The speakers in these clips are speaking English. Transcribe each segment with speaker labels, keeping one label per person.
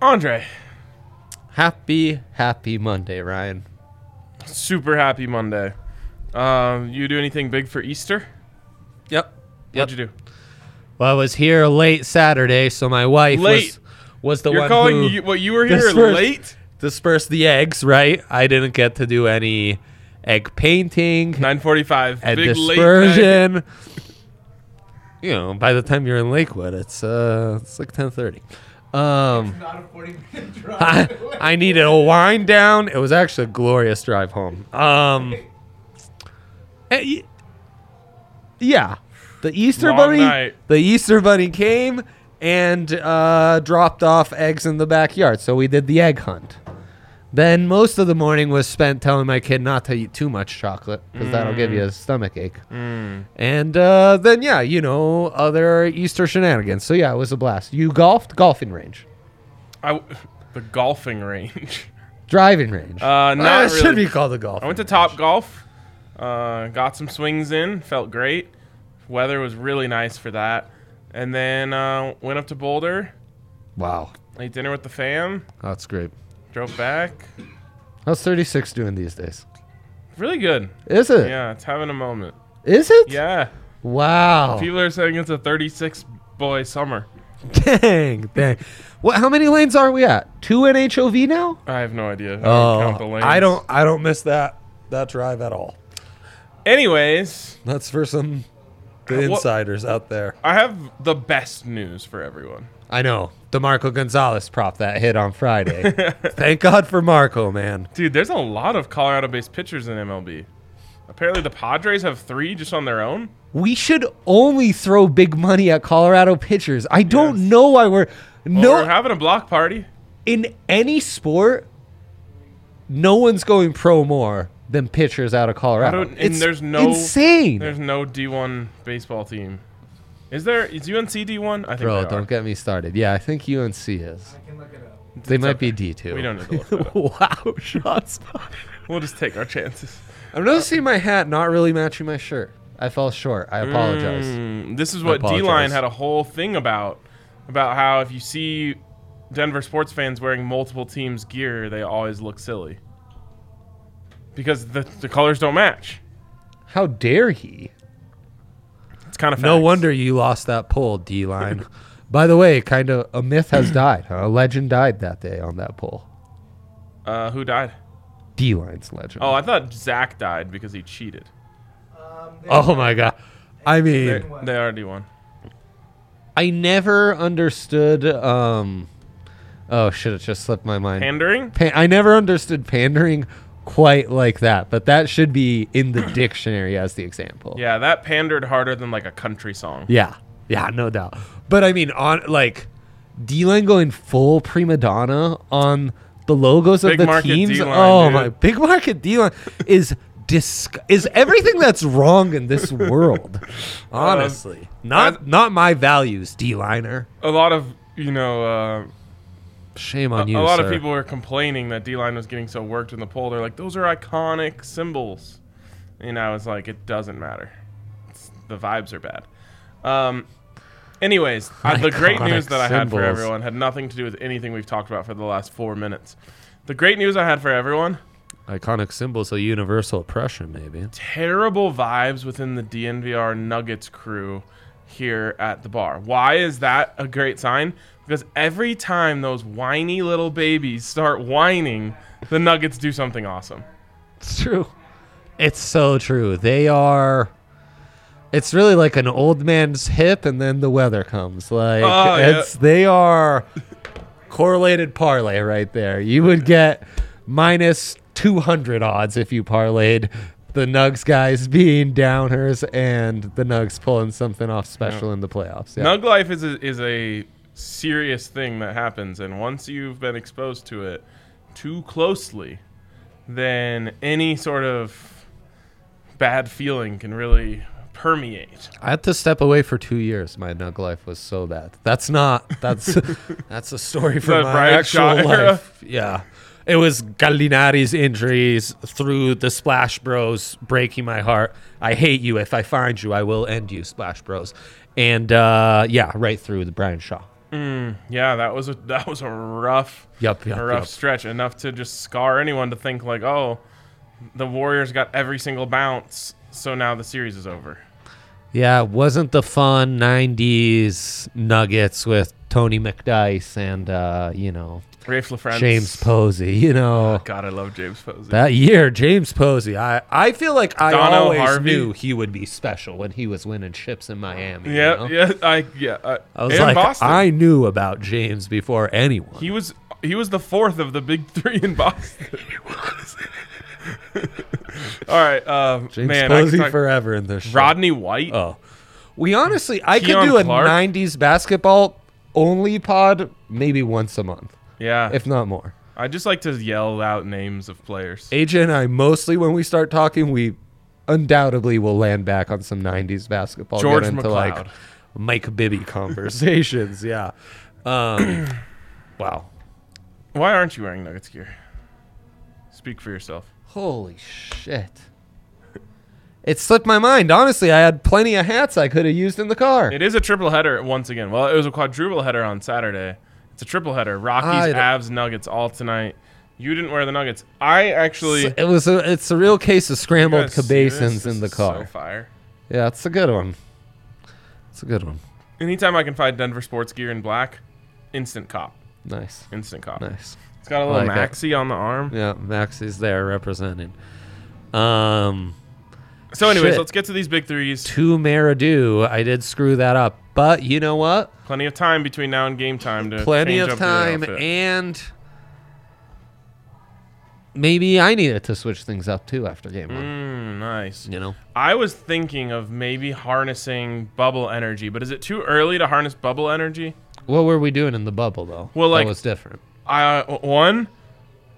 Speaker 1: Andre,
Speaker 2: Happy, happy Monday, Ryan.
Speaker 1: super happy Monday. Um, you do anything big for Easter?
Speaker 2: Yep. Yep.
Speaker 1: What'd you do?
Speaker 2: Well, I was here late Saturday, so my wife
Speaker 1: Late.
Speaker 2: was was the
Speaker 1: You're
Speaker 2: one
Speaker 1: calling
Speaker 2: who
Speaker 1: you, what you were here
Speaker 2: This first-
Speaker 1: late?
Speaker 2: dispersed the eggs. Right? I didn't get to do any egg painting
Speaker 1: Nine forty-five.
Speaker 2: and
Speaker 1: Big late night.
Speaker 2: dispersion. You know, by the time you're in Lakewood, it's uh, it's like ten thirty. Um,
Speaker 3: Not a 40 minute
Speaker 2: I,
Speaker 3: drive.
Speaker 2: I needed a wind down. It was actually a glorious drive home. Um, eh, y- yeah, the Easter
Speaker 1: Long
Speaker 2: bunny.
Speaker 1: night.
Speaker 2: The Easter bunny came and uh, dropped off eggs in the backyard. So we did the egg hunt. Then most of the morning was spent telling my kid not to eat too much chocolate because that'll give you
Speaker 1: Mm.
Speaker 2: a stomach ache. And uh, then yeah, you know, other Easter shenanigans. So yeah, it was a blast. You golfed golfing range.
Speaker 1: I w- the golfing range.
Speaker 2: Driving range.
Speaker 1: Uh,
Speaker 2: Ah,
Speaker 1: not
Speaker 2: it
Speaker 1: really.
Speaker 2: should be called a golf.
Speaker 1: I went to
Speaker 2: range.
Speaker 1: Top Golf. Uh, got some swings in. Felt great. Weather was really nice for that. And then uh, went up to Boulder.
Speaker 2: Wow,
Speaker 1: Ate dinner with the fam.
Speaker 2: that's great.
Speaker 1: Drove back.
Speaker 2: How's 36 doing these days?
Speaker 1: Really good.
Speaker 2: Is it? Is
Speaker 1: Yeah, it's having a moment.
Speaker 2: it?
Speaker 1: Yeah.
Speaker 2: Wow.
Speaker 1: People are saying it's a 36 boy summer.
Speaker 2: Dang, dang. What? How many lanes are we at? Two in HOV now?
Speaker 1: I have no idea. I don't count the
Speaker 2: Oh,
Speaker 1: lanes.
Speaker 2: I don't. I don't miss that that drive at all.
Speaker 1: Anyways,
Speaker 2: That's for some the
Speaker 1: Uh, What-
Speaker 2: insiders out there.
Speaker 1: I have the best news for everyone.
Speaker 2: I know. DeMarco Gonzalez prop that hit on Friday. Thank God for Marco, man.
Speaker 1: Dude, there's a lot of Colorado based pitchers in MLB. Apparently, the Padres have three just on their own.
Speaker 2: We should only throw big money at Colorado pitchers. I don't
Speaker 1: Yes.
Speaker 2: know why we're
Speaker 1: No.
Speaker 2: no.
Speaker 1: We're having a block party.
Speaker 2: in any sport, no one's going pro more than pitchers out of Colorado.
Speaker 1: I don't- and there's no-
Speaker 2: insane,
Speaker 1: There's no D1 baseball team. Is there? Is UNC D1? I think
Speaker 2: bro.
Speaker 1: they
Speaker 2: Don't
Speaker 1: are.
Speaker 2: get me started. Yeah, I think UNC is.
Speaker 3: I can look it up.
Speaker 2: They might be D two.
Speaker 1: We don't need to look that up.
Speaker 2: wow, shots.
Speaker 1: We'll just take our chances.
Speaker 2: I'm noticing my hat not really matching my shirt. I fell short. I apologize.
Speaker 1: Mm, this is what D
Speaker 2: apologize.
Speaker 1: Line had a whole thing about about how if you see Denver sports fans wearing multiple teams' gear, they always look silly because the, the colors don't match.
Speaker 2: How dare he?
Speaker 1: It's kind of
Speaker 2: No wonder you lost that poll, D line. By the way, kind of a myth has died. huh? A legend died that day on that poll.
Speaker 1: Uh, who died?
Speaker 2: D line's legend.
Speaker 1: Oh, I thought Zach died because he cheated.
Speaker 3: Um, they-
Speaker 2: oh my god. I mean,
Speaker 1: They they already won.
Speaker 2: I never understood. Um, oh shit! It just slipped my mind.
Speaker 1: Pandering?
Speaker 2: Pa- I never understood pandering quite like that, but that should be in the dictionary as the example.
Speaker 1: Yeah, that pandered harder than like a country song.
Speaker 2: yeah, yeah, no doubt. But I mean, on like D-line going full prima donna on the logos
Speaker 1: Big
Speaker 2: of the
Speaker 1: market
Speaker 2: teams.
Speaker 1: D-line,
Speaker 2: oh
Speaker 1: dude.
Speaker 2: my, big market D-line is disg- is everything that's wrong in this world.
Speaker 1: Um,
Speaker 2: Honestly, not not my values, D-liner.
Speaker 1: A lot of you know. Uh,
Speaker 2: Shame
Speaker 1: a,
Speaker 2: on
Speaker 1: a
Speaker 2: you.
Speaker 1: lot
Speaker 2: sir.
Speaker 1: of people were complaining that D line was getting so worked in the poll. They're like, those are iconic symbols. And I was like, it doesn't matter. It's, the vibes are bad. Um, anyways, uh, the great
Speaker 2: Iconic
Speaker 1: news that I had for
Speaker 2: symbols.
Speaker 1: everyone had nothing to do with anything we've talked about for the last four minutes. The great news I had for everyone
Speaker 2: iconic symbols of universal oppression, maybe.
Speaker 1: terrible vibes within the DNVR Nuggets crew here at the bar. Why is that a great sign? Because every time those whiny little babies start whining, the Nuggets do something awesome.
Speaker 2: It's true. It's so true. They are. It's really like an old man's hip, and then the weather comes. Like
Speaker 1: Oh, yeah.
Speaker 2: it's they are correlated parlay right there. You would get minus two hundred odds if you parlayed the Nugs guys being downers and the Nugs pulling something off special in the playoffs. Yeah.
Speaker 1: Nug life is a, is a serious thing that happens, and once you've been exposed to it too closely, then any sort of bad feeling can really permeate.
Speaker 2: I had to step away for two years. My nug life was so bad. That's not. That's that's a story
Speaker 1: The
Speaker 2: from my
Speaker 1: Brian
Speaker 2: actual
Speaker 1: Shaw era?
Speaker 2: life. Yeah, it was Gallinari's injuries through the Splash Bros breaking my heart. I hate you. If I find you, I will end you, Splash Bros. And uh, yeah, right through the Brian Shaw.
Speaker 1: Mm, yeah, that was a that was a rough
Speaker 2: Yup, yup,
Speaker 1: a rough
Speaker 2: yup.
Speaker 1: stretch enough to just scar anyone to think like, oh, the Warriors got every single bounce, so now the series is over.
Speaker 2: Yeah, it wasn't the fun 90s Nuggets with Tony McDice and, uh, you know,
Speaker 1: Rafe LaFrance.
Speaker 2: James Posey. You know,
Speaker 1: God, I love James Posey.
Speaker 2: that year, James Posey. I, I feel like I
Speaker 1: Dono
Speaker 2: always
Speaker 1: Harvey.
Speaker 2: knew he would be special when he was winning chips in Miami. you
Speaker 1: yeah,
Speaker 2: know?
Speaker 1: yeah, I yeah. I,
Speaker 2: I was
Speaker 1: and
Speaker 2: like,
Speaker 1: Boston.
Speaker 2: I knew about James before anyone.
Speaker 1: he was he was the fourth of the big three in Boston. All right, um,
Speaker 2: James
Speaker 1: man, I could
Speaker 2: Posey
Speaker 1: talk-
Speaker 2: forever in this show.
Speaker 1: Rodney White.
Speaker 2: Oh. We honestly, I
Speaker 1: Keon
Speaker 2: could do a
Speaker 1: Clark?
Speaker 2: 90s basketball only pod maybe once a month,
Speaker 1: yeah,
Speaker 2: if not more.
Speaker 1: I just like to yell out names of players.
Speaker 2: AJ and I mostly, when we start talking, we undoubtedly will land back on some '90s basketball.
Speaker 1: George
Speaker 2: get into like
Speaker 1: McLeod.
Speaker 2: Mike Bibby conversations. yeah. Um, wow.
Speaker 1: Why aren't you wearing Nuggets gear? Speak for yourself.
Speaker 2: Holy shit. It slipped my mind. Honestly, I had plenty of hats I could have used in the car.
Speaker 1: It is a triple header once again. Well, it was a quadruple header on Saturday. It's a triple header.
Speaker 2: I
Speaker 1: Rockies,
Speaker 2: don't-
Speaker 1: Avs, Nuggets all tonight. You didn't wear the Nuggets. I actually
Speaker 2: It was a, it's a real case of
Speaker 1: You
Speaker 2: scrambled
Speaker 1: guys see this?
Speaker 2: cabasins
Speaker 1: This
Speaker 2: in the
Speaker 1: is So
Speaker 2: car.
Speaker 1: fire.
Speaker 2: yeah, it's a good one. It's a good one.
Speaker 1: Anytime I can find Denver sports gear in black, instant cop.
Speaker 2: Nice.
Speaker 1: Instant cop.
Speaker 2: Nice.
Speaker 1: It's got a little
Speaker 2: Like it.
Speaker 1: maxi on the arm.
Speaker 2: Yeah, Max is there represented. Um,
Speaker 1: So, anyways,
Speaker 2: Shit.
Speaker 1: let's get to these big threes.
Speaker 2: to Maradu. I did screw that up, but you know what?
Speaker 1: Plenty of time between now and game time to
Speaker 2: Plenty
Speaker 1: change
Speaker 2: of
Speaker 1: up your
Speaker 2: time,
Speaker 1: outfit.
Speaker 2: and maybe I needed to switch things up too after game one.
Speaker 1: Mm, nice.
Speaker 2: You know,
Speaker 1: I was thinking of maybe harnessing bubble energy, but is it too early to harness bubble energy?
Speaker 2: what were we doing in the bubble though?
Speaker 1: Well, like-
Speaker 2: that was different.
Speaker 1: I one,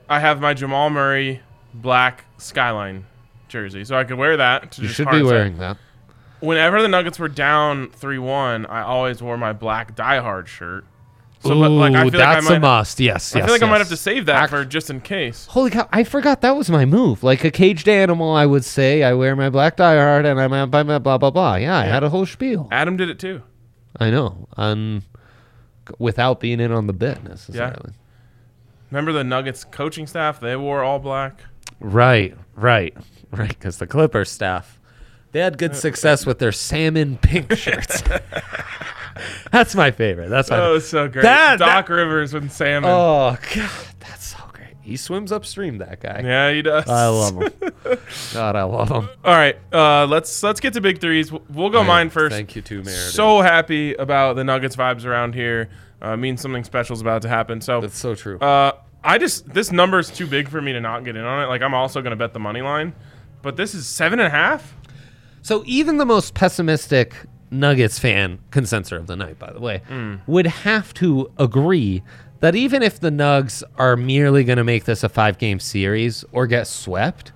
Speaker 1: I have my Jamal Murray black skyline jersey, so I could wear that. To
Speaker 2: You
Speaker 1: just
Speaker 2: should be
Speaker 1: harness it.
Speaker 2: wearing that.
Speaker 1: Whenever the Nuggets were down three one, I always wore my black diehard shirt. So, but, like, I
Speaker 2: Ooh,
Speaker 1: feel like I
Speaker 2: that's
Speaker 1: might-
Speaker 2: a must. Yes,
Speaker 1: I
Speaker 2: yes,
Speaker 1: feel like I might have
Speaker 2: yes.
Speaker 1: to save that
Speaker 2: Act-
Speaker 1: for just in case.
Speaker 2: Holy cow! I forgot that was my move. Like a caged animal, I would say I wear my black diehard and I'm out by my blah blah blah. Yeah, I had a whole spiel.
Speaker 1: Adam did it too.
Speaker 2: I know. Um, without being in on the bit necessarily.
Speaker 1: Remember the Nuggets coaching staff? They wore all black.
Speaker 2: Right, right, right. Because the Clipper staff, they had good success with their salmon pink shirts. that's my favorite. That's my.
Speaker 1: Oh, it was so great.
Speaker 2: That-
Speaker 1: Doc Rivers and salmon.
Speaker 2: oh God, that's so great. He swims upstream. That guy.
Speaker 1: Yeah, he does.
Speaker 2: I love him. God, I love him.
Speaker 1: All right, uh, let's let's get to big threes. We'll- We'll go mine first.
Speaker 2: Thank you too, Meredith.
Speaker 1: so happy about the Nuggets vibes around here. Uh, means something special's about to happen. So,
Speaker 2: that's so true.
Speaker 1: uh, I just this number's too big for me to not get in on it. Like I'm also gonna bet the money line, but this is seven and a half.
Speaker 2: So even the most pessimistic Nuggets fan, consensor of the night, by the way,
Speaker 1: Hmm.
Speaker 2: would have to agree that even if the Nugs are merely going to make this a five game series or get swept,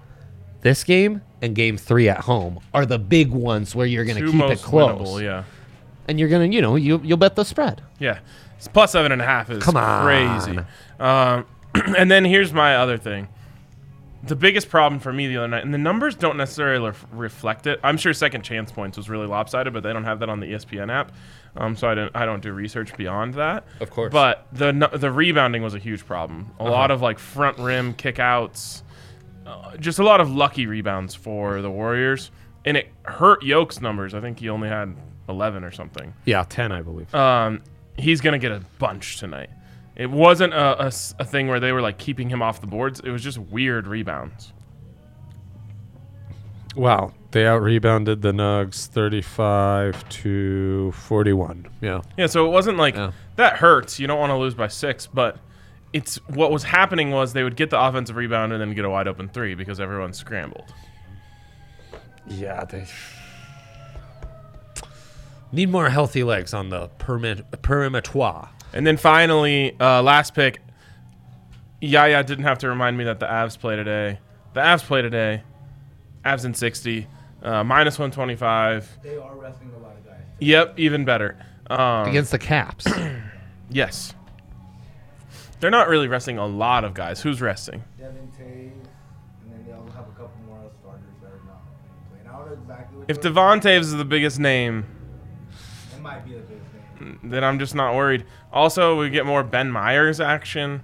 Speaker 2: this game and game three at home are the big ones where you're going to
Speaker 1: Two
Speaker 2: keep it
Speaker 1: most
Speaker 2: close.
Speaker 1: winnable. Yeah,
Speaker 2: And you're going to, you know, you, you'll bet the spread.
Speaker 1: yeah. It's plus seven and a half is
Speaker 2: Come on.
Speaker 1: crazy. Um, and then here's my other thing. The biggest problem for me the other night, and the numbers don't necessarily ref- reflect it. I'm sure second chance points was really lopsided, but they don't have that on the E ESPN app, um, so I don't I don't do research beyond that.
Speaker 2: Of course. Uh-huh.
Speaker 1: but the nu- the rebounding was a huge problem. A lot of like front rim kickouts, uh, just a lot of lucky rebounds for the Warriors, and it hurt Yoke's numbers. I think he only had 11 or something
Speaker 2: Yeah, 10, I believe.
Speaker 1: um, he's gonna get a bunch tonight. It wasn't a, a s- a thing where they were like keeping him off the boards. It was just weird rebounds.
Speaker 2: wow. They out rebounded the Nugs 35 to 41. Yeah.
Speaker 1: Yeah, so it wasn't like
Speaker 2: Yeah.
Speaker 1: that hurts. You don't want to lose by six, but it's what was happening was they would get the offensive rebound and then get a wide open three because everyone scrambled.
Speaker 2: Yeah, they need more healthy legs on the permit perimetoire.
Speaker 1: And then finally, uh, last pick. Yaya didn't have to remind me that the Avs play today. The Avs play today. Avs in sixty, uh, minus one twenty five.
Speaker 3: They are wrestling a lot of guys.
Speaker 1: Yep, even better. Um,
Speaker 2: Against the Caps.
Speaker 1: Yes. They're not really resting a lot of guys. Who's resting?
Speaker 3: Devin Taves, and then they also have a couple more starters that are not playing. I don't know exactly what
Speaker 1: If
Speaker 3: they're-
Speaker 1: Devon Taves is the biggest name,
Speaker 3: it might be the biggest name.
Speaker 1: then I'm just not worried. Also, we get more Ben Myers action.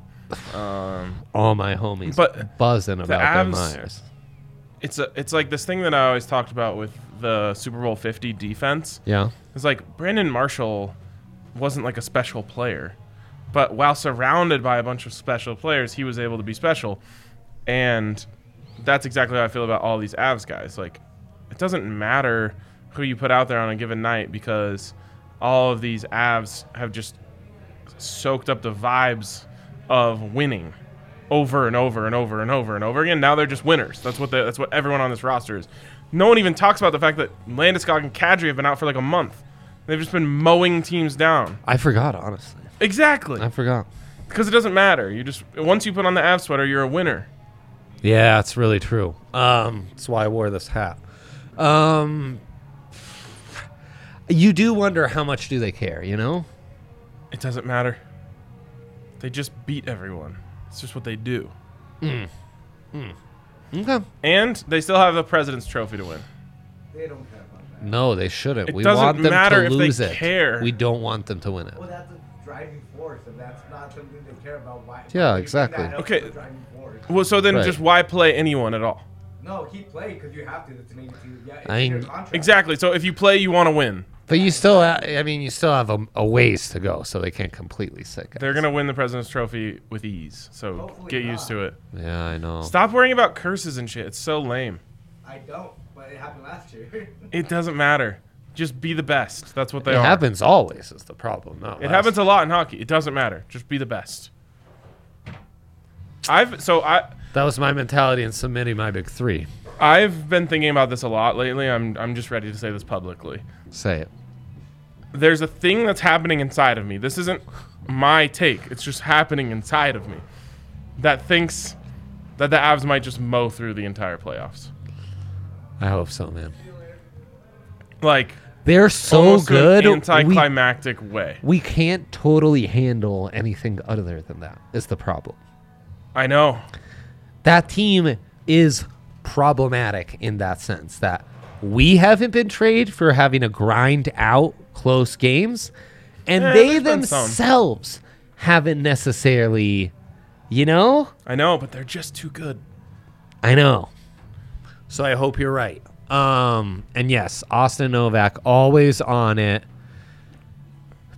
Speaker 1: Um,
Speaker 2: All my homies
Speaker 1: But
Speaker 2: buzzing about
Speaker 1: Avs-
Speaker 2: Ben Myers.
Speaker 1: it's a, it's like this thing that I always talked about with the Super Bowl 50 defense.
Speaker 2: Yeah.
Speaker 1: It's like Brandon Marshall wasn't like a special player, but while surrounded by a bunch of special players, he was able to be special. And that's exactly how I feel about all these Avs guys. Like, it doesn't matter who you put out there on a given night because all of these Avs have just soaked up the vibes of winning over and over and over and over and over again. Now they're just winners. That's what the, that's what everyone on this roster is. No one even talks about the fact that Landeskog and Kadri have been out for like a month. They've just been mowing teams down.
Speaker 2: I forgot, honestly.
Speaker 1: Exactly.
Speaker 2: I forgot.
Speaker 1: Because it doesn't matter. You just once you put on the Avs sweater, you're a winner.
Speaker 2: Yeah, it's really true. Um, that's why I wore this hat. Um, you do wonder how much do they care, you know?
Speaker 1: It doesn't matter. They just beat everyone. It's just what they do.
Speaker 2: Okay.
Speaker 1: And they still have a president's trophy to win.
Speaker 3: They don't care about that.
Speaker 2: No, they shouldn't.
Speaker 1: It
Speaker 2: we
Speaker 1: doesn't
Speaker 2: want them
Speaker 1: matter
Speaker 2: to
Speaker 1: if they
Speaker 2: lose it.
Speaker 1: care.
Speaker 2: We don't want them to win it.
Speaker 3: Well, that's a driving force, and that's not something they care about. Why?
Speaker 2: Yeah,
Speaker 3: you bring
Speaker 2: exactly.
Speaker 3: that up
Speaker 1: Okay.
Speaker 3: as a driving force.
Speaker 1: Well, so then
Speaker 2: Right.
Speaker 1: just why play anyone at all?
Speaker 3: No, keep playing because you have to. That's an team. Yeah, it's
Speaker 2: I
Speaker 3: in your
Speaker 2: ain't-
Speaker 3: contract.
Speaker 1: Exactly. So if you play, you want to win.
Speaker 2: But you still, ha- I mean, you still have a, a ways to go, so they can't completely sick. us.
Speaker 1: They're gonna win the president's trophy with ease. So
Speaker 3: Hopefully
Speaker 1: get used
Speaker 3: not.
Speaker 1: to it.
Speaker 2: Yeah, I know.
Speaker 1: Stop worrying about curses and shit. It's so lame.
Speaker 3: I don't, but it happened last year.
Speaker 1: It doesn't matter. Just be the best. That's what they
Speaker 2: It
Speaker 1: are.
Speaker 2: happens always. Is the problem? Not
Speaker 1: It
Speaker 2: less.
Speaker 1: happens a lot in hockey. It doesn't matter. Just be the best. I've so I
Speaker 2: That was my mentality in submitting my big three.
Speaker 1: I've been thinking about this a lot lately. I'm I'm just ready to say this publicly.
Speaker 2: Say it.
Speaker 1: there's a thing that's happening inside of me. This isn't my take. It's just happening inside of me that thinks that the Avs might just mow through the entire playoffs.
Speaker 2: I hope so, man.
Speaker 1: Like
Speaker 2: They're so
Speaker 1: almost in
Speaker 2: Oh, good.
Speaker 1: an
Speaker 2: We,
Speaker 1: anticlimactic way.
Speaker 2: we can't totally handle anything other than that. Is the problem?
Speaker 1: I know.
Speaker 2: That team is problematic in that sense that we haven't been traded for having to grind out close games, and
Speaker 1: Eh,
Speaker 2: they
Speaker 1: there's been some.
Speaker 2: themselves haven't necessarily, you know.
Speaker 1: I know, but they're just too good.
Speaker 2: I know. So I hope you're right. Um, and yes, Austin Novak always on it.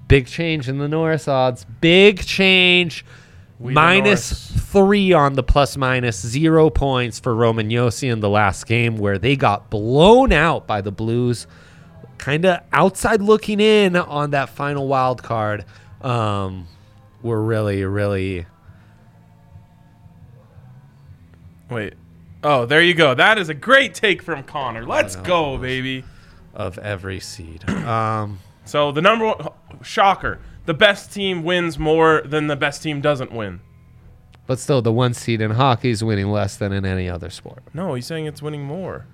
Speaker 2: Big change in the Norris odds. Big change.
Speaker 1: We the
Speaker 2: Minus
Speaker 1: Norris.
Speaker 2: three on the plus minus zero points for Roman Yossi in the last game, where they got blown out by the Blues. Kind of outside looking in on that final wild card. Um, we're really, really
Speaker 1: Wait. Oh, there you go. That is a great take from Connor. Let's go, baby.
Speaker 2: of every seed. Um,
Speaker 1: So the number one shocker: the best team wins more than the best team doesn't win.
Speaker 2: But still, the one seed in hockey is winning less than in any other sport.
Speaker 1: No, he's saying it's winning more.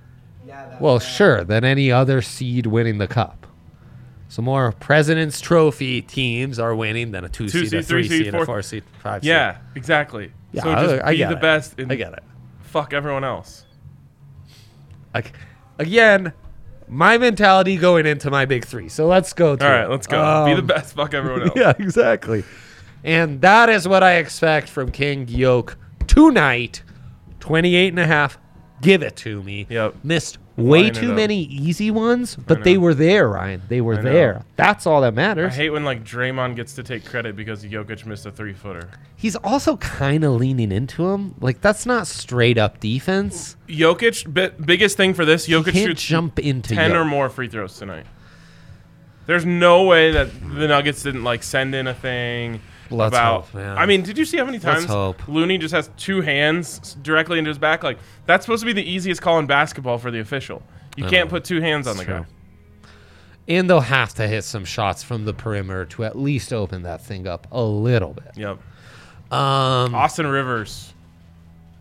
Speaker 3: Yeah. That's
Speaker 2: Well,
Speaker 3: bad.
Speaker 2: sure, than any other seed winning the cup. So more President's Trophy teams are winning than a two,
Speaker 1: Two
Speaker 2: seed, a
Speaker 1: seed,
Speaker 2: three,
Speaker 1: three
Speaker 2: seed,
Speaker 1: seed,
Speaker 2: a
Speaker 1: four-
Speaker 2: four seed, five seed.
Speaker 1: Yeah, exactly.
Speaker 2: Yeah,
Speaker 1: so just
Speaker 2: I, I
Speaker 1: be
Speaker 2: get
Speaker 1: the
Speaker 2: it.
Speaker 1: best and
Speaker 2: I get it.
Speaker 1: fuck everyone else.
Speaker 2: Like, again, my mentality going into my big three. So let's go. To
Speaker 1: All
Speaker 2: it.
Speaker 1: right, let's go. Be the
Speaker 2: Um,
Speaker 1: best. Fuck everyone else.
Speaker 2: Yeah, exactly. And that is what I expect from King Yoke tonight. 28 and a half. Give it to me.
Speaker 1: Yep.
Speaker 2: Missed way
Speaker 1: Line it
Speaker 2: too
Speaker 1: up.
Speaker 2: many easy ones, but they were there, Ryan. They were
Speaker 1: know.
Speaker 2: there. That's all that
Speaker 1: I
Speaker 2: matters.
Speaker 1: hate when like Draymond gets to take credit because Jokic missed a three footer.
Speaker 2: He's also kind of leaning into him. Like, that's not straight up defense.
Speaker 1: Jokic, bi- biggest thing for this,
Speaker 2: You
Speaker 1: Jokic
Speaker 2: can't
Speaker 1: shoots
Speaker 2: jump into
Speaker 1: ten or
Speaker 2: Yoke.
Speaker 1: more free throws tonight. There's no way that the Nuggets didn't like send in a thing.
Speaker 2: Let's
Speaker 1: about,
Speaker 2: hope, man.
Speaker 1: I mean, did you see how many
Speaker 2: Let's
Speaker 1: times
Speaker 2: hope.
Speaker 1: Looney just has two hands s- directly into his back? Like that's supposed to be the easiest call in basketball for the official. You can't put two hands on the guy.
Speaker 2: true. And they'll have to hit some shots from the perimeter to at least open that thing up a little bit.
Speaker 1: Yep.
Speaker 2: Um,
Speaker 1: Austin Rivers,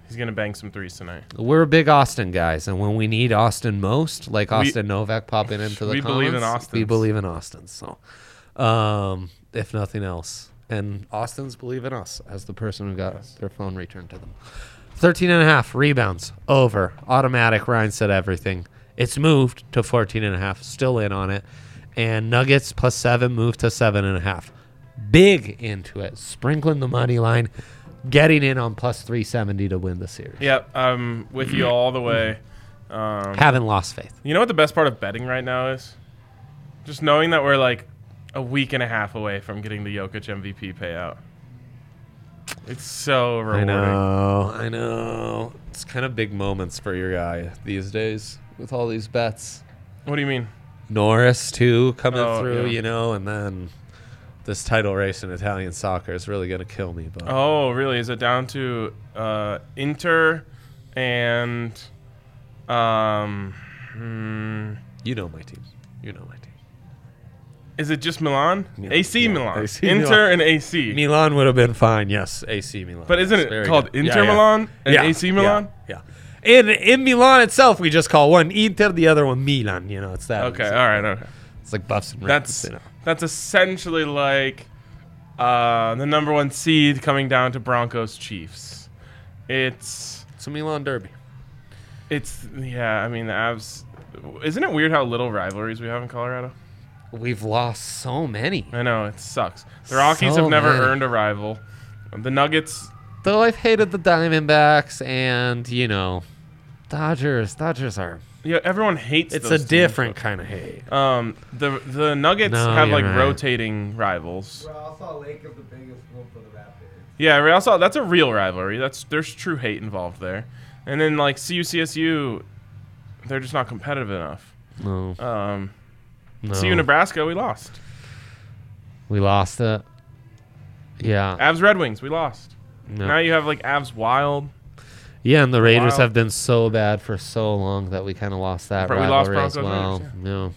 Speaker 1: he's gonna bang some threes tonight.
Speaker 2: We're big Austin guys, and when we need Austin most, like Austin Novak popping into the
Speaker 1: we
Speaker 2: comments,
Speaker 1: believe in
Speaker 2: we
Speaker 1: Austins.
Speaker 2: believe in Austin. So, um, if nothing else, and Austin's believe in us as the person who got their phone returned to them. 13 and a half rebounds over automatic. Ryan said everything. It's moved to 14 and a half, still in on it. and Nuggets plus seven moved to seven and a half. Big into it, sprinkling the money line, getting in on plus three seventy to win the series.
Speaker 1: Yep, I'm with you all the way. Um,
Speaker 2: Haven't lost faith.
Speaker 1: you know what the best part of betting right now is? Just knowing that we're like a week and a half away from getting the Jokic MVP payout. It's so rewarding.
Speaker 2: I know. I know. It's kind of big moments for your guy these days with all these bets.
Speaker 1: What do you mean?
Speaker 2: Norris too coming
Speaker 1: Oh,
Speaker 2: through,
Speaker 1: yeah.
Speaker 2: you know, and then this title race in Italian soccer is really gonna kill me. But
Speaker 1: Oh, really? Is it down to uh, Inter and um, hmm,
Speaker 2: you know my team. You know my team.
Speaker 1: is it just Milan?
Speaker 2: Milan,
Speaker 1: AC
Speaker 2: yeah.
Speaker 1: Milan,
Speaker 2: AC
Speaker 1: Inter
Speaker 2: Milan.
Speaker 1: and AC.
Speaker 2: Milan would have been fine. Yes, AC Milan.
Speaker 1: but isn't
Speaker 2: Yes,
Speaker 1: it
Speaker 2: very
Speaker 1: called
Speaker 2: good. Yeah,
Speaker 1: Inter
Speaker 2: yeah.
Speaker 1: Milan and AC Milan?
Speaker 2: Yeah. yeah. In in Milan itself, we just call one Inter, the other one Milan. You know, it's that.
Speaker 1: Okay, all
Speaker 2: It's,
Speaker 1: right, okay.
Speaker 2: like buffs and reds.
Speaker 1: That's
Speaker 2: you know.
Speaker 1: that's essentially like uh, the number one seed coming down to Broncos Chiefs. It's
Speaker 2: It's a Milan derby.
Speaker 1: it's yeah. I mean the Avs. Isn't it weird how little rivalries we have in Colorado?
Speaker 2: We've lost so many.
Speaker 1: I know it sucks. The Rockies
Speaker 2: So
Speaker 1: have never
Speaker 2: many.
Speaker 1: earned a rival. The Nuggets.
Speaker 2: Though I've hated the Diamondbacks and you know, Dodgers. Dodgers are.
Speaker 1: Yeah, everyone hates.
Speaker 2: It's a
Speaker 1: those teams.
Speaker 2: different kind of hate.
Speaker 1: Um, the the Nuggets
Speaker 2: No,
Speaker 1: have
Speaker 2: you're
Speaker 1: like
Speaker 2: right.
Speaker 1: rotating rivals.
Speaker 3: Bro, I saw Lake is the biggest one for the Rapids.
Speaker 1: Yeah, Real Salt. That's a real rivalry. That's there's true hate involved there. And then like CUCSU, they're just not competitive enough.
Speaker 2: No.
Speaker 1: Um,
Speaker 2: no.
Speaker 1: CU Nebraska, we lost.
Speaker 2: we lost it. Yeah.
Speaker 1: Avs Red Wings, we lost.
Speaker 2: no.
Speaker 1: Now you have like Avs Wild,
Speaker 2: Yeah, and the Raiders
Speaker 1: Wild.
Speaker 2: have been so bad for so long that we kind of lost that
Speaker 1: But we lost
Speaker 2: rivalry as well.
Speaker 1: Broncos
Speaker 2: Yeah.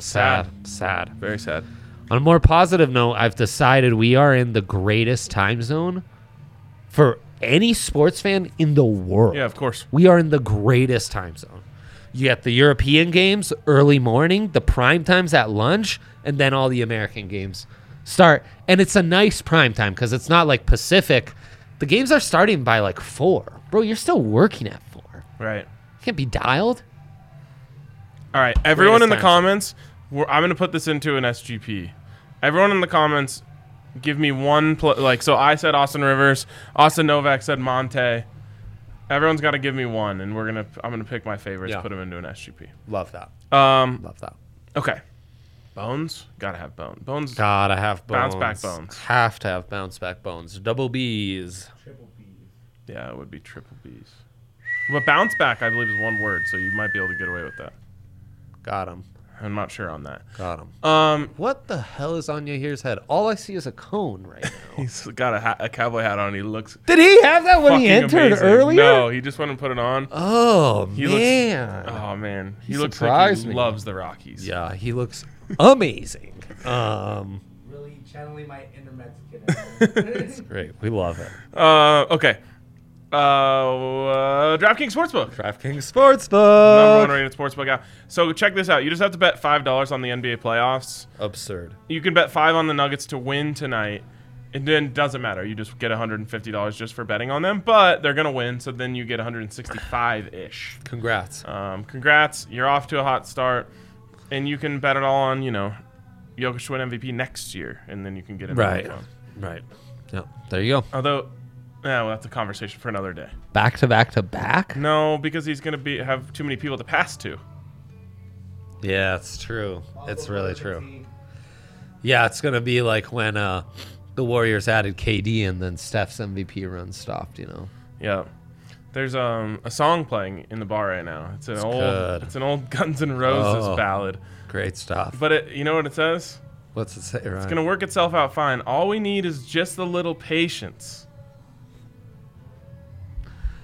Speaker 2: Sad. Sad.
Speaker 1: very sad.
Speaker 2: On a more positive note, I've decided we are in the greatest time zone for any sports fan in the world.
Speaker 1: Yeah, of course.
Speaker 2: We are in the greatest time zone. You get the European games early morning, the prime times at lunch, and then all the American games start. And it's a nice prime time because it's not like Pacific. The games are starting by like four. Bro, you're still working at four.
Speaker 1: Right.
Speaker 2: You can't be dialed.
Speaker 1: All right, everyone in the
Speaker 2: times.
Speaker 1: comments, we're, I'm going to put this into an SGP. Everyone in the comments, give me one pl- like. So I said Austin Rivers. Austin Novak said Monte. Everyone's got to give me one, and we're gonna. I'm gonna pick my favorites,
Speaker 2: Yeah.
Speaker 1: put them into an SGP.
Speaker 2: Love that.
Speaker 1: Um.
Speaker 2: Love that.
Speaker 1: Okay. Bones, gotta have bone. Bones.
Speaker 2: God, I have bones.
Speaker 1: Bounce back bones.
Speaker 2: Have to have bounce back bones. Double B's.
Speaker 3: Triple B's.
Speaker 1: Yeah, it would be triple B's. But bounce back, I believe, is one word, so you might be able to get away with that.
Speaker 2: Got him.
Speaker 1: I'm not sure on that.
Speaker 2: Got him.
Speaker 1: Um,
Speaker 2: What the hell is on Yahir's head? All I see is a cone right now.
Speaker 1: he's got a, ha- a cowboy hat on. He looks
Speaker 2: Did he have that when he
Speaker 1: fucking
Speaker 2: entered
Speaker 1: amazing.
Speaker 2: earlier?
Speaker 1: No, he just went and put it on.
Speaker 2: Oh
Speaker 1: He
Speaker 2: man.
Speaker 1: looks. Oh man, he,
Speaker 2: He
Speaker 1: looks like
Speaker 2: surprised
Speaker 1: he
Speaker 2: me.
Speaker 1: loves the Rockies.
Speaker 2: yeah, he looks amazing. Um,
Speaker 3: Really channeling my inner Mexican.
Speaker 2: great. We love it.
Speaker 1: Uh, okay. Uh, uh, DraftKings Sportsbook.
Speaker 2: DraftKings Sportsbook.
Speaker 1: Number one rated sportsbook app. So check this out. You just have to bet five dollars on the NBA playoffs.
Speaker 2: Absurd.
Speaker 1: You can bet five on the Nuggets to win tonight. And then it doesn't matter. You just get $150 just for betting on them, but they're going to win, so then you get 165 ish.
Speaker 2: Congrats.
Speaker 1: Um, congrats. You're off to a hot start. And you can bet it all on, you know, Jokic to win MVP next year, and then you can get it.
Speaker 2: Right. Right. Yeah. There you go.
Speaker 1: Although, yeah, well, that's a conversation for another day.
Speaker 2: Back to back to back.
Speaker 1: No, because he's going to be have too many people to pass to.
Speaker 2: Yeah, it's true. It's
Speaker 3: Also
Speaker 2: really
Speaker 3: Liberty.
Speaker 2: true. Yeah, it's gonna be like when uh, the Warriors added KD and then Steph's MVP run stopped. You know.
Speaker 1: Yeah. There's um, a song playing in the bar right now. It's an old,
Speaker 2: good.
Speaker 1: it's an old Guns N' Roses
Speaker 2: Oh.
Speaker 1: ballad.
Speaker 2: Great stuff.
Speaker 1: But it, you know what it says?
Speaker 2: What's it say, Ryan?
Speaker 1: It's gonna work itself out fine. All we need is just a little patience.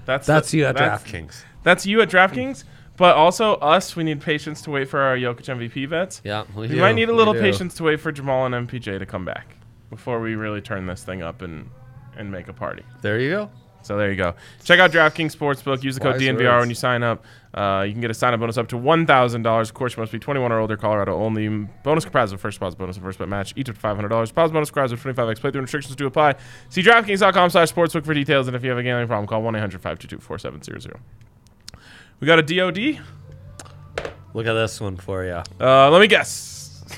Speaker 1: That's
Speaker 2: That's you at
Speaker 1: that's,
Speaker 2: DraftKings.
Speaker 1: That's you at DraftKings, but also us. We need patience to wait for our Jokic MVP bets.
Speaker 2: Yeah, we,
Speaker 1: we
Speaker 2: do.
Speaker 1: might need a
Speaker 2: We
Speaker 1: little
Speaker 2: do.
Speaker 1: patience to wait for Jamal and MPJ to come back before we really turn this thing up and and make a party.
Speaker 2: There you go.
Speaker 1: So there you go. Check out DraftKings Sportsbook. Use the code
Speaker 2: Wise
Speaker 1: DNVR
Speaker 2: words.
Speaker 1: when you sign up. Uh, you can get a sign-up bonus up to one thousand dollars. Of course, you must be twenty-one or older. Colorado only. Bonus comprised of first deposit bonus and first bet match, each up to five hundred dollars. Pause bonus comprised of twenty-five x playthrough restrictions do apply. See DraftKings.com/sportsbook for details. And if you have a gambling problem, call one 800 522 4700 We got a DoD.
Speaker 2: Look at this one for you.
Speaker 1: Uh, let me guess.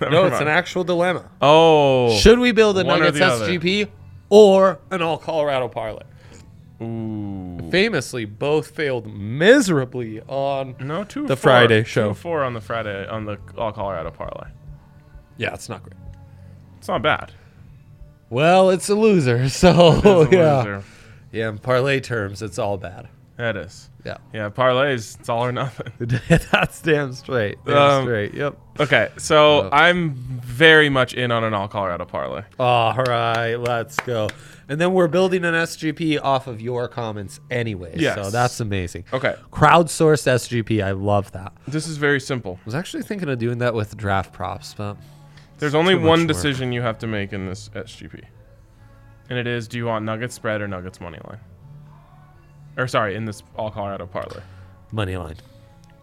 Speaker 2: No, it's an actual dilemma.
Speaker 1: Oh.
Speaker 2: Should we build a
Speaker 1: One or
Speaker 2: Nuggets
Speaker 1: the other.
Speaker 2: SGP or an all Colorado parlay?
Speaker 1: Ooh.
Speaker 2: Famously, both failed miserably on.
Speaker 1: No, two. or
Speaker 2: The
Speaker 1: four.
Speaker 2: Friday
Speaker 1: Two
Speaker 2: show.
Speaker 1: or four on the Friday on the All Colorado parlay.
Speaker 2: Yeah, it's not great.
Speaker 1: It's not bad.
Speaker 2: Well, it's a loser,
Speaker 1: It
Speaker 2: so
Speaker 1: is a
Speaker 2: Oh, yeah.
Speaker 1: loser.
Speaker 2: Yeah, in parlay terms, it's all bad.
Speaker 1: That is.
Speaker 2: Yeah.
Speaker 1: Yeah, parlays. It's all or nothing.
Speaker 2: That's damn straight. Damn
Speaker 1: Um,
Speaker 2: straight. Yep.
Speaker 1: Okay, so
Speaker 2: Oh.
Speaker 1: I'm very much in on an All Colorado parlay.
Speaker 2: All right, let's go. And then we're building an SGP off of your comments anyway.
Speaker 1: Yes.
Speaker 2: So that's amazing.
Speaker 1: Okay,
Speaker 2: Crowdsourced SGP. I love that. I
Speaker 1: this is very simple.
Speaker 2: was actually thinking of doing that with draft props, but
Speaker 1: There's only
Speaker 2: too much
Speaker 1: one
Speaker 2: work.
Speaker 1: decision you have to make in this SGP, and it is: do you want Nuggets spread or Nuggets money line? Or sorry, in this All Colorado parlay.
Speaker 2: money line.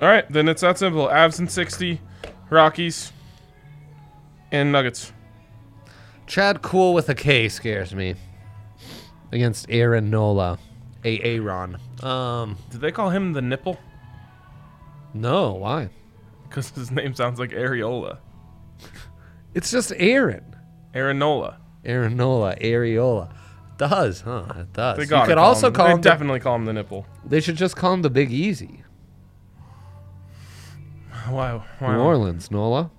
Speaker 1: All right, then it's that simple. Avs in 60, Rockies, and Nuggets.
Speaker 2: Chad Cool with a K scares me against Aaron Nola. A Aaron. Um,
Speaker 1: Did they call him the nipple?
Speaker 2: no, why?
Speaker 1: Because his name sounds like Areola,
Speaker 2: It's just Aaron.
Speaker 1: Arenola.
Speaker 2: Aaron Nola, Areola. Does, huh? It does.
Speaker 1: They
Speaker 2: You
Speaker 1: got
Speaker 2: could also
Speaker 1: him.
Speaker 2: call
Speaker 1: they
Speaker 2: him. the-
Speaker 1: definitely call him the nipple.
Speaker 2: they should just call him the Big Easy.
Speaker 1: Wow.
Speaker 2: New
Speaker 1: wow.
Speaker 2: Orleans, Nola.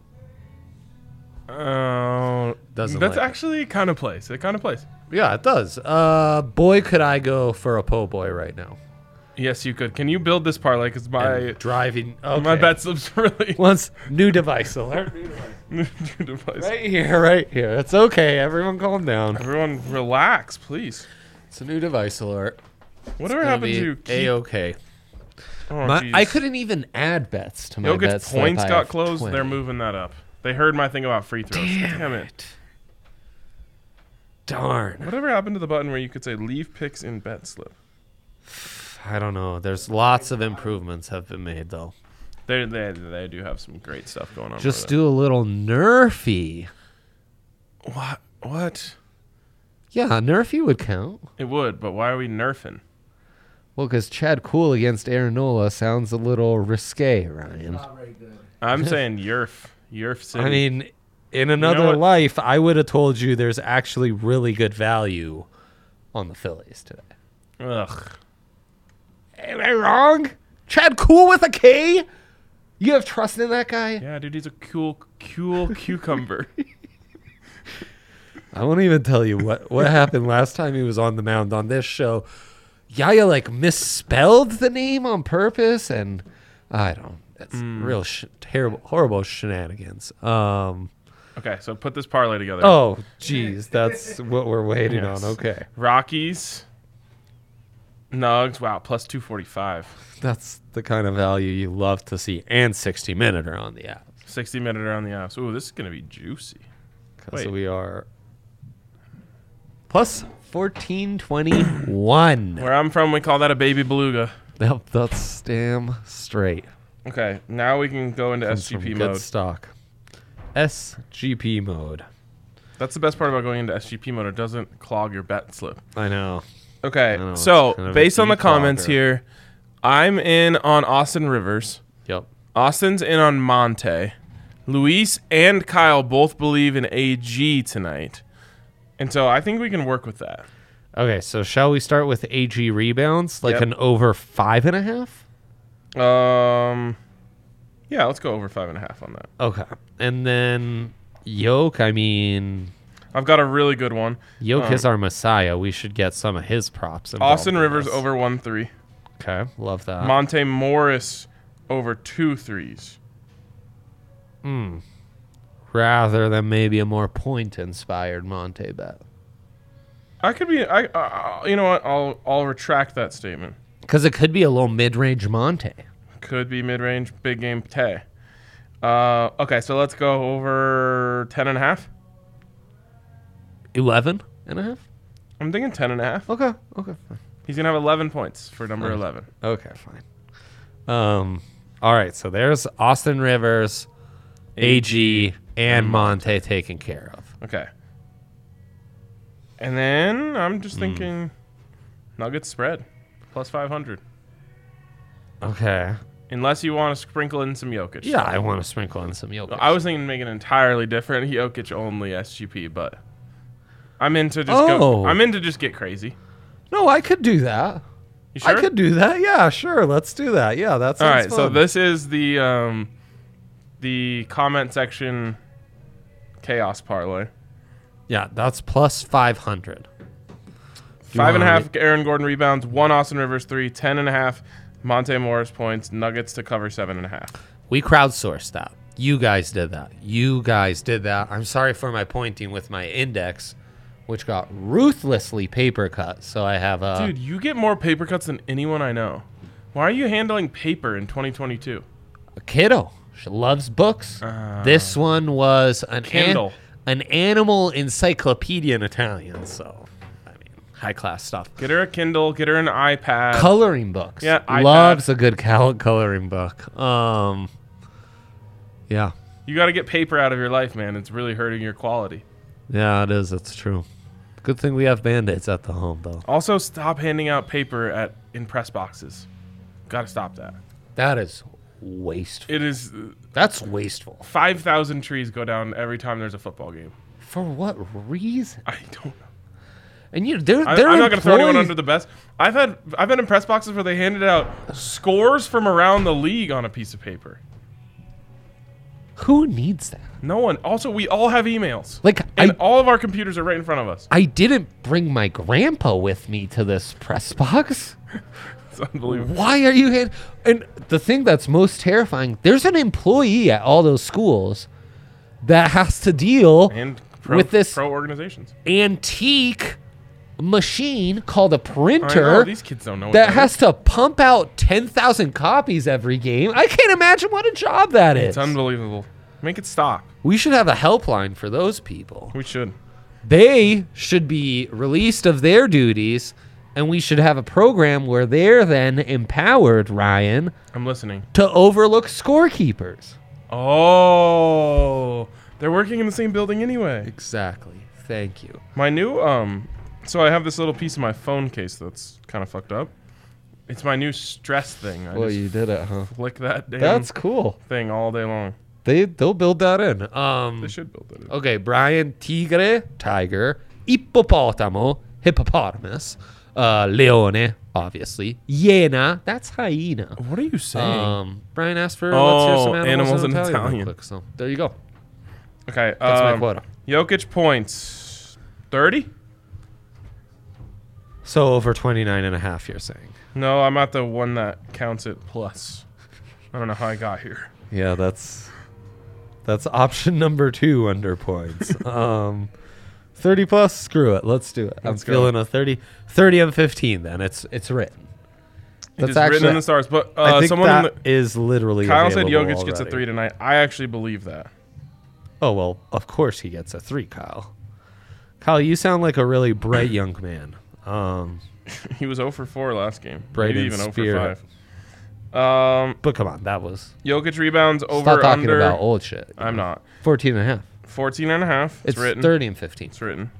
Speaker 1: Oh,
Speaker 2: Doesn't
Speaker 1: That's
Speaker 2: like it.
Speaker 1: actually kind of plays. It kind of plays.
Speaker 2: Yeah, it does. Uh, boy, could I go for a po' boy right now?
Speaker 1: Yes, you could. Can you build this parlay? Because my
Speaker 2: And driving. Okay.
Speaker 1: my bet slips really
Speaker 2: Once new device alert.
Speaker 1: new device.
Speaker 2: right here, right here. It's okay. Everyone, calm down.
Speaker 1: Everyone, relax, please.
Speaker 2: It's a new device alert.
Speaker 1: Whatever happened to
Speaker 2: a
Speaker 1: keep,
Speaker 2: okay?
Speaker 1: oh, jeez.
Speaker 2: I couldn't even add bets to my
Speaker 1: Jokic's
Speaker 2: bets. slip.
Speaker 1: points
Speaker 2: I
Speaker 1: got
Speaker 2: have
Speaker 1: closed.
Speaker 2: 20.
Speaker 1: They're moving that up. They heard my thing about free throws. Damn, it!
Speaker 2: Darn.
Speaker 1: Whatever happened to the button where you could say leave picks in bet slip?
Speaker 2: I don't know. There's lots of improvements have been made though.
Speaker 1: They they they do have some great stuff going on.
Speaker 2: Just
Speaker 1: over
Speaker 2: do a little nerfy.
Speaker 1: there. what what
Speaker 2: Yeah, nerfy would count.
Speaker 1: it would, but why are we nerfing?
Speaker 2: Well, because Chad Cool against Aaron Nola sounds a little risque, Ryan.
Speaker 3: Not very good.
Speaker 1: I'm saying yerf yerf city.
Speaker 2: I mean, in another
Speaker 1: what?
Speaker 2: life, I would have told you there's actually really good value on the Phillies today.
Speaker 1: ugh.
Speaker 2: Am I wrong? Chad Cool with a K? You have trust in that guy?
Speaker 1: Yeah, dude, he's a cool, cool cucumber.
Speaker 2: I won't even tell you what, what happened last time he was on the mound on this show. Yaya like misspelled the name on purpose, and I don't. That's real sh- terrible, horrible shenanigans. Um.
Speaker 1: okay, so put this parlay together.
Speaker 2: Oh, geez, that's what we're waiting
Speaker 1: Yes.
Speaker 2: on. Okay,
Speaker 1: Rockies, Nugs. Wow, plus two forty-five.
Speaker 2: that's the kind of value you love to see, and sixty minute are on the app
Speaker 1: Sixty minute around the apps. Ooh, this is gonna be juicy.
Speaker 2: because
Speaker 1: Wait.
Speaker 2: we are plus fourteen twenty one.
Speaker 1: Where I'm from, we call that a baby beluga.
Speaker 2: Yep, that's damn straight.
Speaker 1: Okay, now we can go into
Speaker 2: comes from
Speaker 1: SGP
Speaker 2: good
Speaker 1: mode.
Speaker 2: stock. SGP mode.
Speaker 1: That's the best part about going into SGP mode. It doesn't clog your bet slip.
Speaker 2: I know.
Speaker 1: Okay,
Speaker 2: know, it's
Speaker 1: so
Speaker 2: kind of a
Speaker 1: based on the comments
Speaker 2: declogger.
Speaker 1: here, I'm in on Austin Rivers.
Speaker 2: Yep.
Speaker 1: Austin's in on Monte. Luis and Kyle both believe in AG tonight. And so I think we can work with that.
Speaker 2: Okay, so shall we start with AG rebounds, like
Speaker 1: Yep.
Speaker 2: an over five and a half?
Speaker 1: Um, yeah, let's go over five and a half on that.
Speaker 2: Okay, and then Yoke. I mean,
Speaker 1: I've got a really good one.
Speaker 2: Yoke
Speaker 1: Um,
Speaker 2: is our messiah. We should get some of his props. involved
Speaker 1: Austin
Speaker 2: in
Speaker 1: Rivers
Speaker 2: this. Uh.
Speaker 1: over one three.
Speaker 2: Okay, love that.
Speaker 1: Monte Morris over two threes.
Speaker 2: Mm. Rather than maybe a more point-inspired Monte bet,
Speaker 1: I could be. I. Uh, you know what? I'll. I'll retract that statement.
Speaker 2: because it could be a little mid-range Monte.
Speaker 1: Could be mid range, big game Tay. Uh, okay, so let's go over ten and a half.
Speaker 2: Eleven and a half.
Speaker 1: I'm thinking ten and a half.
Speaker 2: Okay. Okay. Fine.
Speaker 1: He's gonna have eleven points for number
Speaker 2: Nice.
Speaker 1: eleven.
Speaker 2: Okay, fine. Um, all right. So there's Austin Rivers, AG, and Monte taken care of.
Speaker 1: Okay. And then I'm
Speaker 2: Hmm.
Speaker 1: just thinking, Nuggets spread, plus five hundred.
Speaker 2: Okay.
Speaker 1: Unless you want to sprinkle in some Jokic.
Speaker 2: Yeah, I want to sprinkle in some yogurt.
Speaker 1: I was thinking make an entirely different Jokic only SGP, but I'm into just
Speaker 2: Oh.
Speaker 1: go. I'm into just get crazy.
Speaker 2: no, I could do that.
Speaker 1: You sure?
Speaker 2: I could do that. Yeah, sure. Let's do that. Yeah, that's
Speaker 1: All right. So
Speaker 2: this
Speaker 1: this is the um, the comment section chaos parlay.
Speaker 2: yeah, that's plus five hundred.
Speaker 1: Five and a
Speaker 2: wanna
Speaker 1: half Aaron Gordon rebounds, one Austin Rivers three, ten and a half Monte Morris points, Nuggets to cover seven and a half.
Speaker 2: We crowdsourced that. You guys did that. You guys did that. I'm sorry for my pointing with my index, which got ruthlessly paper cut. So I have a.
Speaker 1: Dude, you get more paper cuts than anyone I know. Why are you handling paper in 2022?
Speaker 2: a kiddo. She loves books. this one was an an-
Speaker 1: Uh, Kindle.
Speaker 2: an animal encyclopedia in Italian. So, I mean, high class stuff.
Speaker 1: Get her a Kindle. Get her an iPad.
Speaker 2: Coloring books.
Speaker 1: Yeah, iPad.
Speaker 2: loves a good col- coloring book. Um, yeah,
Speaker 1: you got to get paper out of your life, man. It's really hurting your quality.
Speaker 2: yeah, it is. It's true. Good thing we have band aids at the home, though.
Speaker 1: Also, stop handing out paper at in press boxes. Got to stop that.
Speaker 2: That is wasteful.
Speaker 1: It is uh,
Speaker 2: That's wasteful.
Speaker 1: five thousand trees go down every time there's a football game.
Speaker 2: For what reason?
Speaker 1: I don't. know.
Speaker 2: And you, they're,
Speaker 1: I,
Speaker 2: they're
Speaker 1: I'm not going to throw anyone
Speaker 2: employees-
Speaker 1: under the bus. I've had I've been in press boxes where they handed out scores from around the league on a piece of paper.
Speaker 2: Who needs that?
Speaker 1: No one. Also, we all have emails.
Speaker 2: Like,
Speaker 1: and
Speaker 2: I-
Speaker 1: all of our computers are right in front of us.
Speaker 2: I didn't bring my grandpa with me to this press box.
Speaker 1: It's unbelievable.
Speaker 2: Why are you hand- And the thing that's most terrifying, there's an employee at all those schools that has to deal
Speaker 1: And pro,
Speaker 2: With this-
Speaker 1: pro organizations.
Speaker 2: antique machine called a
Speaker 1: I know,
Speaker 2: printer
Speaker 1: these kids don't know what
Speaker 2: that
Speaker 1: that
Speaker 2: has
Speaker 1: is.
Speaker 2: to pump out 10,000 copies every game. I can't imagine what a job that is.
Speaker 1: It's unbelievable. Make it stop.
Speaker 2: we should have a helpline for those people.
Speaker 1: We should.
Speaker 2: they should be released of their duties and we should have a program where they're then empowered ryan
Speaker 1: I'm listening.
Speaker 2: to overlook scorekeepers
Speaker 1: Oh, they're working in the same building anyway.
Speaker 2: exactly thank you
Speaker 1: My new um, so I have this little piece of my phone case that's kind of fucked up. It's my new stress thing. I just
Speaker 2: did it huh
Speaker 1: flick that damn
Speaker 2: that's cool
Speaker 1: thing all day long.
Speaker 2: they they'll build that in um
Speaker 1: They should build that. In.
Speaker 2: okay brian tigre tiger hippopotamo hippopotamus uh leone obviously hyena that's hyena
Speaker 1: What are you saying?
Speaker 2: um brian asked for let's
Speaker 1: Oh,
Speaker 2: hear some animals,
Speaker 1: animals
Speaker 2: in
Speaker 1: in
Speaker 2: italian, real
Speaker 1: Italian.
Speaker 2: quick, so there you go
Speaker 1: okay,
Speaker 2: that's my
Speaker 1: um,
Speaker 2: quota
Speaker 1: Jokic points thirty.
Speaker 2: So over 29 and a half, you're saying?
Speaker 1: No, I'm at the one that counts it plus. I don't know how I got here.
Speaker 2: Yeah, that's that's option number two under points. um, 30 plus, screw it. Let's do it. I'm
Speaker 1: Let's go.
Speaker 2: feeling a 30, 30 and 15 then. It's it's written.
Speaker 1: It's written in the stars, but uh,
Speaker 2: I think
Speaker 1: someone in
Speaker 2: that
Speaker 1: the,
Speaker 2: is literally
Speaker 1: Kyle said Jokic
Speaker 2: available
Speaker 1: gets a
Speaker 2: already.
Speaker 1: three tonight. I actually believe that.
Speaker 2: Oh, well, of course he gets a three, Kyle. Kyle, you sound like a really bright young man. Um,
Speaker 1: He was 0 for 4 last game.
Speaker 2: Brayden
Speaker 1: Maybe even 0
Speaker 2: Spear.
Speaker 1: for 5. Um,
Speaker 2: but come on, that was.
Speaker 1: Jokic rebounds over
Speaker 2: Stop talking
Speaker 1: under.
Speaker 2: about old shit.
Speaker 1: I'm not.
Speaker 2: 14 and a half.
Speaker 1: 14 and a half. It's,
Speaker 2: It's,
Speaker 1: written.
Speaker 2: 30 and 15.
Speaker 1: It's written.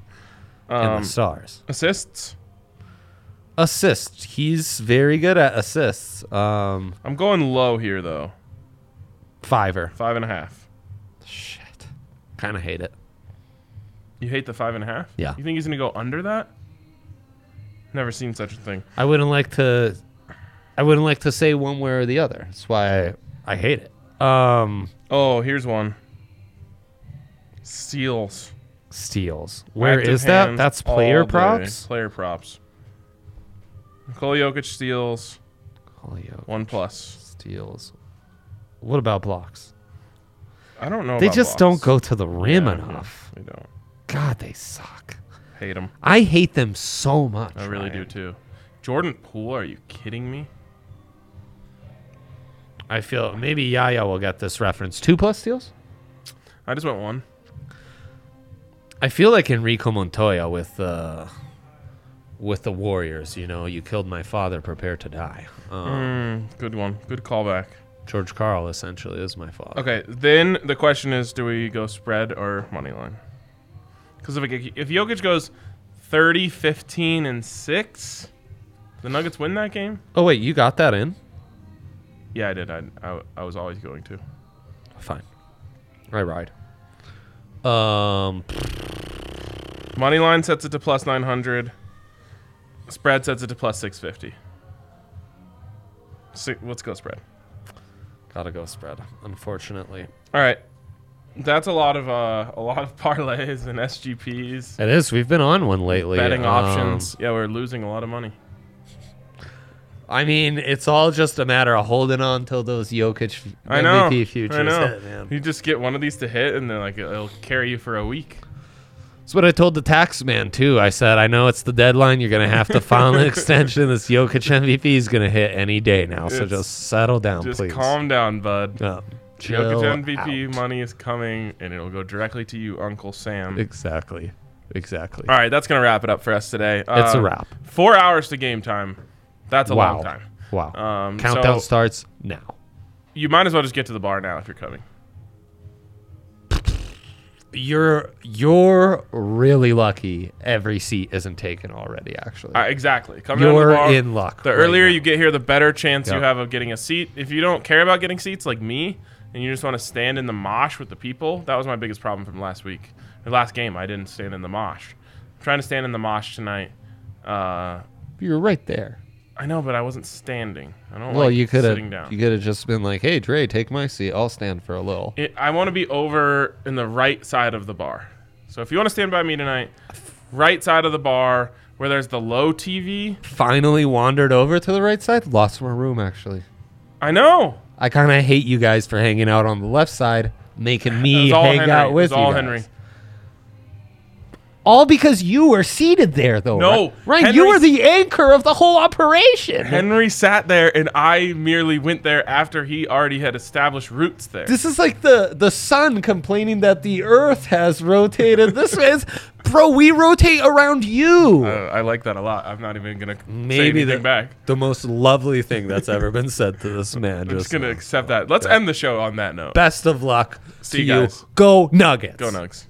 Speaker 2: and
Speaker 1: Um,
Speaker 2: the stars.
Speaker 1: assists.
Speaker 2: assists. He's very good at assists. Um,
Speaker 1: I'm going low here, though.
Speaker 2: fiver.
Speaker 1: Five and a half.
Speaker 2: Shit. Kind of hate it.
Speaker 1: You hate the five and a half?
Speaker 2: Yeah.
Speaker 1: You think he's going to go under that? Never seen such a thing.
Speaker 2: I wouldn't like to. I wouldn't like to say one way or the other. That's why I, I hate it. Um,
Speaker 1: Oh, here's one. Steals.
Speaker 2: steals. Where
Speaker 1: Active
Speaker 2: is that?
Speaker 1: hands
Speaker 2: That's
Speaker 1: all
Speaker 2: player
Speaker 1: day.
Speaker 2: props.
Speaker 1: Player props. Nikola Jokic steals.
Speaker 2: Holy yo-
Speaker 1: One plus.
Speaker 2: steals. What about blocks?
Speaker 1: I don't know.
Speaker 2: They
Speaker 1: about
Speaker 2: just
Speaker 1: blocks.
Speaker 2: don't go to the rim
Speaker 1: Yeah,
Speaker 2: enough.
Speaker 1: They don't.
Speaker 2: God, they suck.
Speaker 1: Hate him.
Speaker 2: I hate them so much.
Speaker 1: I really do
Speaker 2: Ryan.
Speaker 1: too. Jordan Poole, are you kidding me?
Speaker 2: I feel maybe Yaya will get this reference. Two plus steals.
Speaker 1: I just went one.
Speaker 2: I feel like Enrico Montoya with uh, with the Warriors. You know, you killed my father, prepare to die. Um,
Speaker 1: Mm, good one. Good callback.
Speaker 2: George Carl essentially is my father.
Speaker 1: Okay, then the question is, do we go spread or money line? Because if, it- if Jokic goes 30, 15, and 6, the Nuggets win that game?
Speaker 2: Oh wait, you got that in?
Speaker 1: Yeah, I did. I, I, I was always going to.
Speaker 2: Fine. I ride. Um,
Speaker 1: Money line sets it to plus 900. Spread sets it to plus 650. Si- let's go spread.
Speaker 2: gotta go spread. Unfortunately,
Speaker 1: All right. That's a lot of uh, a lot of parlays and SGPs,
Speaker 2: it is. We've been on one lately.
Speaker 1: betting
Speaker 2: Um,
Speaker 1: options. Yeah, we're losing a lot of money.
Speaker 2: I mean, it's all just a matter of holding on till those Jokic MVP
Speaker 1: I know.
Speaker 2: futures
Speaker 1: I know.
Speaker 2: hit, man.
Speaker 1: You just get one of these to hit, and then like it'll carry you for a week.
Speaker 2: That's what I told the tax man too. I said, I know it's the deadline. You're gonna have to file an extension. This Jokic MVP is gonna hit any day now. so
Speaker 1: It's-
Speaker 2: just settle down,
Speaker 1: Just
Speaker 2: please.
Speaker 1: calm down, bud.
Speaker 2: Yeah. Chill
Speaker 1: Jokic MVP
Speaker 2: out.
Speaker 1: money is coming, and it'll go directly to you, Uncle Sam.
Speaker 2: Exactly. Exactly.
Speaker 1: All right, that's gonna wrap it up for us today.
Speaker 2: It's a
Speaker 1: Uh,
Speaker 2: wrap.
Speaker 1: Four hours to game time. That's a
Speaker 2: wow.
Speaker 1: long time.
Speaker 2: Wow.
Speaker 1: Um,
Speaker 2: Countdown
Speaker 1: so
Speaker 2: starts now.
Speaker 1: you might as well just get to the bar now if you're coming.
Speaker 2: You're you're really lucky. Every seat isn't taken already. Actually,
Speaker 1: Uh, exactly. Come down to the
Speaker 2: you're
Speaker 1: bar.
Speaker 2: in luck.
Speaker 1: The
Speaker 2: right
Speaker 1: earlier
Speaker 2: now.
Speaker 1: you get here, the better chance you
Speaker 2: Yep.
Speaker 1: have of getting a seat. If you don't care about getting seats, like me, and you just want to stand in the mosh with the people, that was my biggest problem from last week. The last game, I didn't stand in the mosh. I'm trying to stand in the mosh tonight. Uh,
Speaker 2: you're right there.
Speaker 1: I know, but I wasn't standing. I don't
Speaker 2: Well,
Speaker 1: like
Speaker 2: you could have
Speaker 1: sitting down.
Speaker 2: you could have just been like, "Hey, Dre, take my seat. I'll stand for a little."
Speaker 1: it, I want to be over in the right side of the bar. So if you want to stand by me tonight, right side of the bar where there's the low TV.
Speaker 2: Finally wandered over to the right side. Lost my room actually.
Speaker 1: I know.
Speaker 2: I kind of hate you guys for hanging out on the left side, making
Speaker 1: It
Speaker 2: me
Speaker 1: was all
Speaker 2: hang
Speaker 1: Henry.
Speaker 2: out
Speaker 1: It
Speaker 2: with
Speaker 1: was all
Speaker 2: you guys.
Speaker 1: Henry.
Speaker 2: All because you were seated there, though.
Speaker 1: No,
Speaker 2: Ri- Ryan, you were
Speaker 1: Henry's-
Speaker 2: the anchor of the whole operation.
Speaker 1: Henry sat there, and I merely went there after he already had established roots there.
Speaker 2: This is like the the sun complaining that the Earth has rotated. this is, bro. We rotate around you.
Speaker 1: Uh, I like that a lot. I'm not even gonna say anything back.
Speaker 2: the most lovely thing that's ever been said to this man.
Speaker 1: I'm just gonna accept that. Let's end the show on that note.
Speaker 2: best of luck
Speaker 1: See
Speaker 2: to
Speaker 1: you guys.
Speaker 2: Go Nuggets.
Speaker 1: Go Nugs.